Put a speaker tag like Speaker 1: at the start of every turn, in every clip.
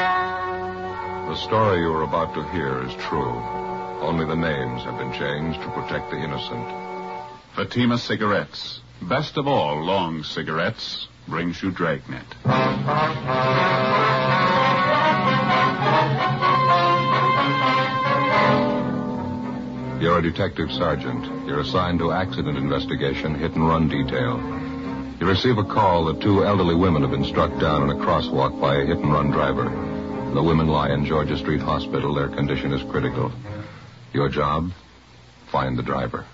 Speaker 1: The story you are about to hear is true. Only the names have been changed to protect the innocent. Fatima cigarettes. Best of all, long cigarettes brings you Dragnet. You're a detective sergeant. You're assigned to accident investigation, hit and run detail. You receive a call that two elderly women have been struck down in a crosswalk by a hit and run driver. The women lie in Georgia Street Hospital. Their condition is critical. Your job? Find the driver.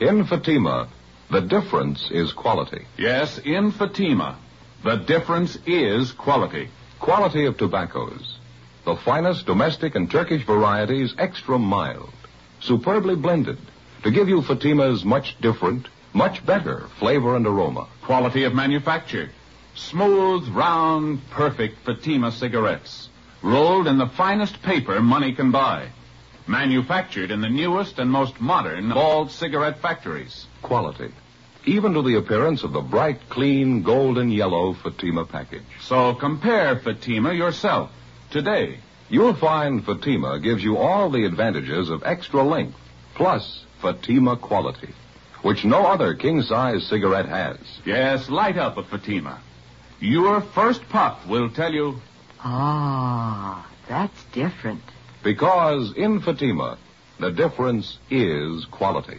Speaker 1: In Fatima, the difference is quality. Yes, in Fatima, the difference is quality. Quality of tobaccos. The finest domestic and Turkish varieties, extra mild, superbly blended, to give you Fatima's much different, much better flavor and aroma. Quality of manufacture. Smooth, round, perfect Fatima cigarettes, rolled in the finest paper money can buy. Manufactured in the newest and most modern bald cigarette factories. Quality. Even to the appearance of the bright, clean, golden yellow Fatima package. So compare Fatima yourself today. You'll find Fatima gives you all the advantages of extra length, plus Fatima quality, which no other king size cigarette has. Yes, light up a Fatima. Your first puff will tell you
Speaker 2: Ah, that's different.
Speaker 1: Because in Fatima, the difference is quality.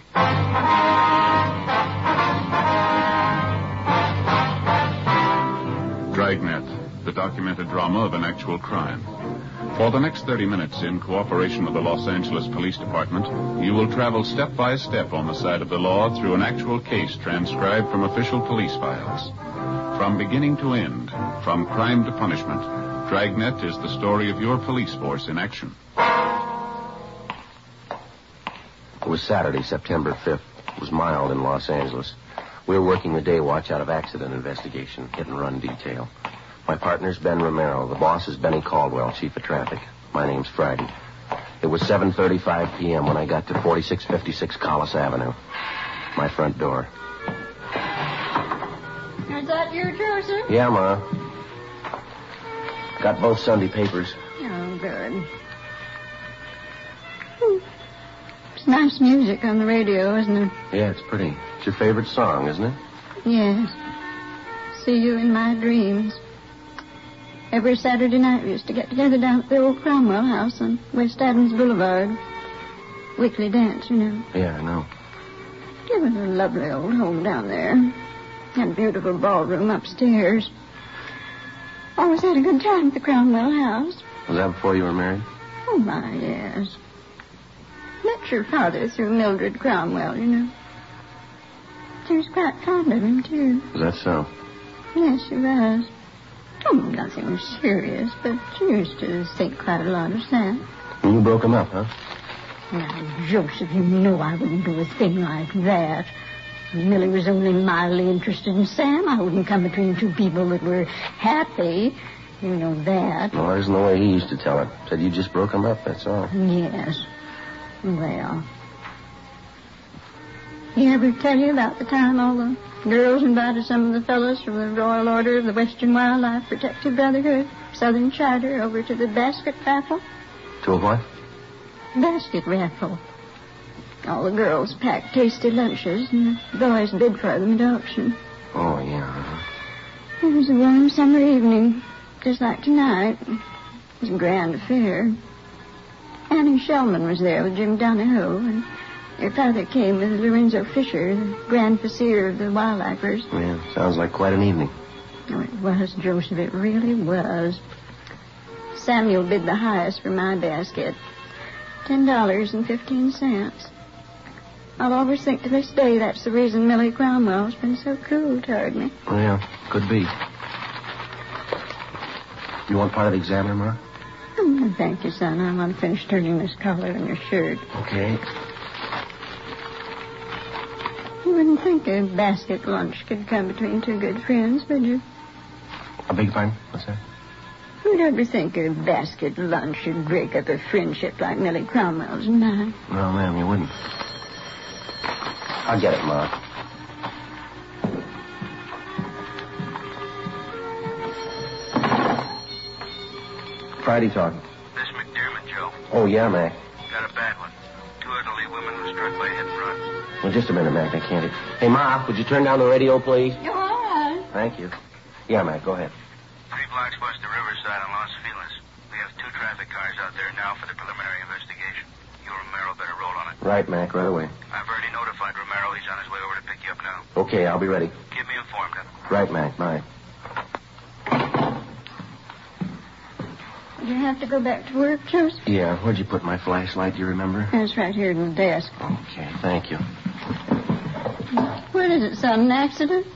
Speaker 1: Dragnet, the documented drama of an actual crime. For the next 30 minutes, in cooperation with the Los Angeles Police Department, you will travel step by step on the side of the law through an actual case transcribed from official police files. From beginning to end, from crime to punishment, Dragnet is the story of your police force in action.
Speaker 3: It was Saturday, September 5th. It was mild in Los Angeles. We were working the day watch out of accident investigation, hit and run detail. My partner's Ben Romero. The boss is Benny Caldwell, chief of traffic. My name's Friday. It was 7.35 p.m. when I got to 4656 Collis Avenue. My front door.
Speaker 4: Is that your Joseph?
Speaker 3: Yeah, Ma. Got both Sunday papers.
Speaker 4: Oh, good. Hmm. It's nice music on the radio, isn't it?
Speaker 3: Yeah, it's pretty. It's your favorite song, isn't it?
Speaker 4: Yes. See you in my dreams. Every Saturday night we used to get together down at the old Cromwell house on West Adams Boulevard. Weekly dance, you know.
Speaker 3: Yeah, I know.
Speaker 4: It was a lovely old home down there. Had a beautiful ballroom upstairs. Always had a good time at the Cromwell house.
Speaker 3: Was that before you were married?
Speaker 4: Oh, my, yes. Met your father through Mildred Cromwell, you know. She was quite fond of him, too.
Speaker 3: Is that so?
Speaker 4: Yes, she was. Oh, nothing was serious, but she used to think quite a lot of sense.
Speaker 3: And you broke him up, huh?
Speaker 4: Now, Joseph, you know I wouldn't do a thing like that. If Millie was only mildly interested in Sam. I wouldn't come between two people that were happy. You know that.
Speaker 3: No, that isn't the way he used to tell it. Said you just broke him up, that's all.
Speaker 4: Yes. Well. He ever tell you about the time all the girls invited some of the fellows from the Royal Order of the Western Wildlife Protective Brotherhood, Southern Charter, over to the basket raffle?
Speaker 3: To a what?
Speaker 4: Basket raffle. All the girls packed tasty lunches, and the boys bid for them at auction.
Speaker 3: Oh, yeah.
Speaker 4: It was a warm summer evening, just like tonight. It was a grand affair. Annie Shellman was there with Jim Donahoe, and her father came with Lorenzo Fisher, the Grand Vizier of the Wildlifers.
Speaker 3: Yeah, sounds like quite an evening.
Speaker 4: Oh, it was, Joseph, it really was. Samuel bid the highest for my basket. Ten dollars and fifteen cents. I'll always think to this day that's the reason Millie Cromwell's been so cruel toward me.
Speaker 3: Yeah, could be. You want part of the examiner, Ma?
Speaker 4: Oh, no, thank you, son. I want to finish turning this collar on your shirt.
Speaker 3: Okay.
Speaker 4: You wouldn't think a basket lunch could come between two good friends, would you?
Speaker 3: A big fine? What's that?
Speaker 4: Who'd ever think a basket lunch should break up a friendship like Millie Cromwell's and mine?
Speaker 3: No, ma'am, you wouldn't. I'll get it, Ma. Friday talking.
Speaker 5: This McDermott, Joe.
Speaker 3: Oh, yeah, Mac.
Speaker 5: Got a bad one. Two elderly women were struck by hit and run.
Speaker 3: Well, just a minute, Mac. I can't. Hey, Ma, would you turn down the radio, please?
Speaker 4: You're all right.
Speaker 3: Thank you. Yeah, Mac, go ahead.
Speaker 5: Three blocks west of Riverside on Los Feliz. We have two traffic cars out there now for the preliminary investigation. You, Romero, better roll on it.
Speaker 3: Right, Mac, right away.
Speaker 5: I've already notified Romero. He's on his way over to pick you up now.
Speaker 3: Okay, I'll be ready.
Speaker 5: Keep me informed. huh?
Speaker 3: Right, Mac, bye.
Speaker 4: Did you have to go back to work, Joseph?
Speaker 3: Yeah, where'd you put my flashlight? Do you remember?
Speaker 4: That's right here in the desk.
Speaker 3: Okay, thank you.
Speaker 4: What is it, son? An accident?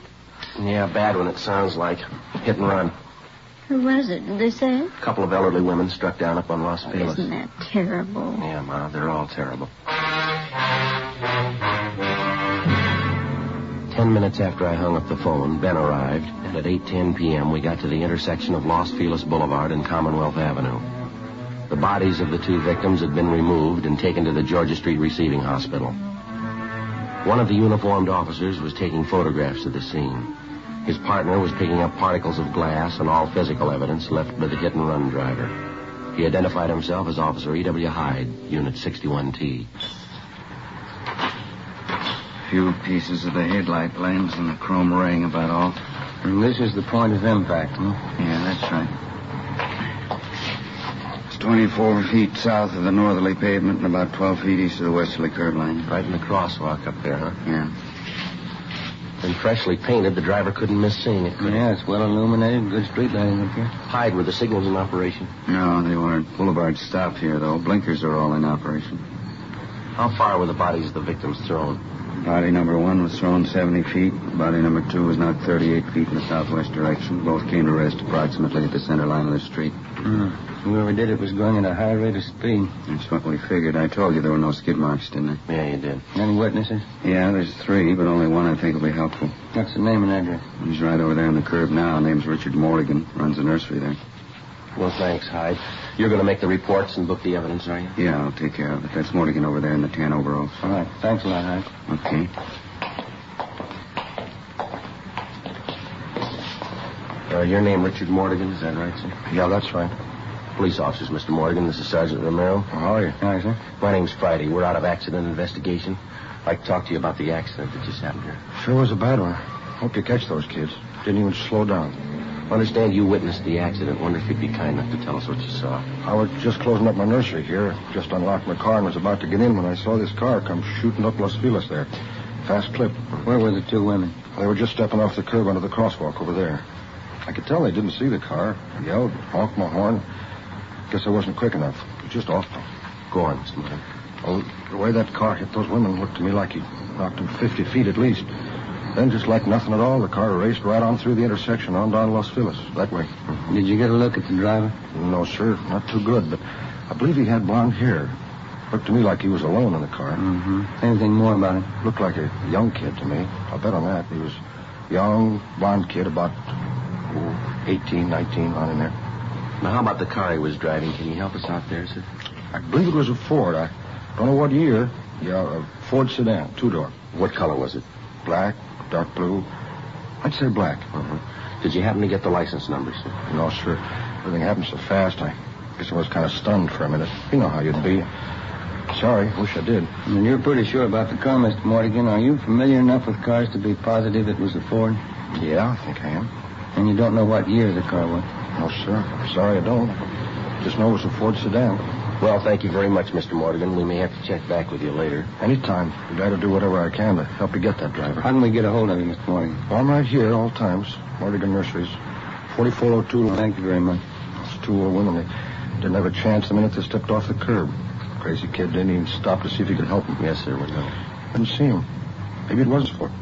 Speaker 3: Yeah, bad one it sounds like. Hit and run.
Speaker 4: Who was it? Did they say?
Speaker 3: A couple of elderly women struck down up on Los Feliz.
Speaker 4: Isn't that terrible?
Speaker 3: Yeah, Ma, they're all terrible. Ten minutes after I hung up the phone, Ben arrived, and at 8.10 p.m. we got to the intersection of Los Feliz Boulevard and Commonwealth Avenue. The bodies of the two victims had been removed and taken to the Georgia Street Receiving Hospital. One of the uniformed officers was taking photographs of the scene. His partner was picking up particles of glass and all physical evidence left by the hit and run driver. He identified himself as Officer E.W. Hyde, Unit 61T.
Speaker 1: Few pieces of the headlight lens and the chrome ring about all. And this is the point of impact, huh? Yeah, that's right. It's 24 feet south of the northerly pavement and about 12 feet east of the westerly curb line.
Speaker 3: Right in the crosswalk up there, huh?
Speaker 1: Yeah.
Speaker 3: And freshly painted, the driver couldn't miss seeing it. could he?
Speaker 1: Yeah, it's well illuminated. Good street lighting up here.
Speaker 3: Hyde, were the signals in operation?
Speaker 1: No, they weren't. Boulevard stopped here, though. Blinkers are all in operation.
Speaker 3: How far were the bodies of the victims thrown?
Speaker 1: Body number one was thrown 70 feet. Body number two was knocked 38 feet in the southwest direction. Both came to rest approximately at the center line of the street. Hmm. Whoever did it was going at a high rate of speed. That's what we figured. I told you there were no skid marks, didn't I?
Speaker 3: Yeah, you did.
Speaker 1: Any witnesses? Yeah, there's three, but only one I think will be helpful. What's the name and address? He's right over there on the curb now. Name's Richard Morrigan. Runs the nursery there.
Speaker 3: Well, thanks, Hyde. You're going to make the reports and book the evidence, are you?
Speaker 1: Yeah, I'll take care of it. That's Morrigan over there in the tan overalls. All right. Thanks a lot, Hank. Okay.
Speaker 3: Uh, your name, Richard Mortigan, is that right, sir? Yeah, that's right. Police officers, Mr. Mortigan. This is Sergeant Romero.
Speaker 1: How are you? Hi, sir.
Speaker 3: My name's Friday. We're out of accident investigation. I'd like to talk to you about the accident that just happened here.
Speaker 1: Sure was a bad one. Hope you catch those kids. Didn't even slow down.
Speaker 3: I understand you witnessed the accident. Wonder if you'd be kind enough to tell us what you saw.
Speaker 1: I was just closing up my nursery here. Just unlocked my car and was about to get in when I saw this car come shooting up Los Feliz there. Fast clip. Where were the two women? They were just stepping off the curb under the crosswalk over there. I could tell they didn't see the car. I yelled, honked my horn. Guess I wasn't quick enough. It was just awful.
Speaker 3: Go on, Mr. Morgan.
Speaker 1: Well, the way that car hit those women looked to me like he knocked them 50 feet at least. Then, just like nothing at all, the car raced right on through the intersection on down Los Feliz, that way. Mm-hmm. Did you get a look at the driver? No, sir. Not too good, but I believe he had blonde hair. Looked to me like he was alone in the car. Mm-hmm. Anything more about him? Looked like a young kid to me. I'll bet on that. He was young, blonde kid, about oh, 18, 19, on in there.
Speaker 3: Now, how about the car he was driving? Can you help us out there, sir?
Speaker 1: I believe it was a Ford. I don't know what year. Yeah, a Ford sedan, two door.
Speaker 3: What color was it?
Speaker 1: Black, dark blue. I'd say black.
Speaker 3: Mm-hmm. Did you happen to get the license numbers?
Speaker 1: No, sir. Everything happened so fast, I guess I was kind of stunned for a minute. You know how you'd be. Sorry, wish I did.
Speaker 6: And you're pretty sure about the car, Mr. Mortigan. Are you familiar enough with cars to be positive it was a Ford?
Speaker 1: Yeah, I think I am.
Speaker 6: And you don't know what year the car was?
Speaker 1: No, sir. Sorry, I don't. Just know it was a Ford sedan.
Speaker 3: Well, thank you very much, Mr. Mortigan. We may have to check back with you later.
Speaker 1: Anytime. Glad to do whatever I can to help you get that driver.
Speaker 6: How can we get a hold of you, Mr. Mortigan?
Speaker 1: Well, I'm right here at all times. Mortigan Nurseries. 4402.
Speaker 6: Thank you very much.
Speaker 1: Those two old women, they didn't have a chance the minute they stepped off the curb. Crazy kid didn't even stop to see if he could help them.
Speaker 3: Yes, sir, we know.
Speaker 1: Didn't see him. Maybe it was for.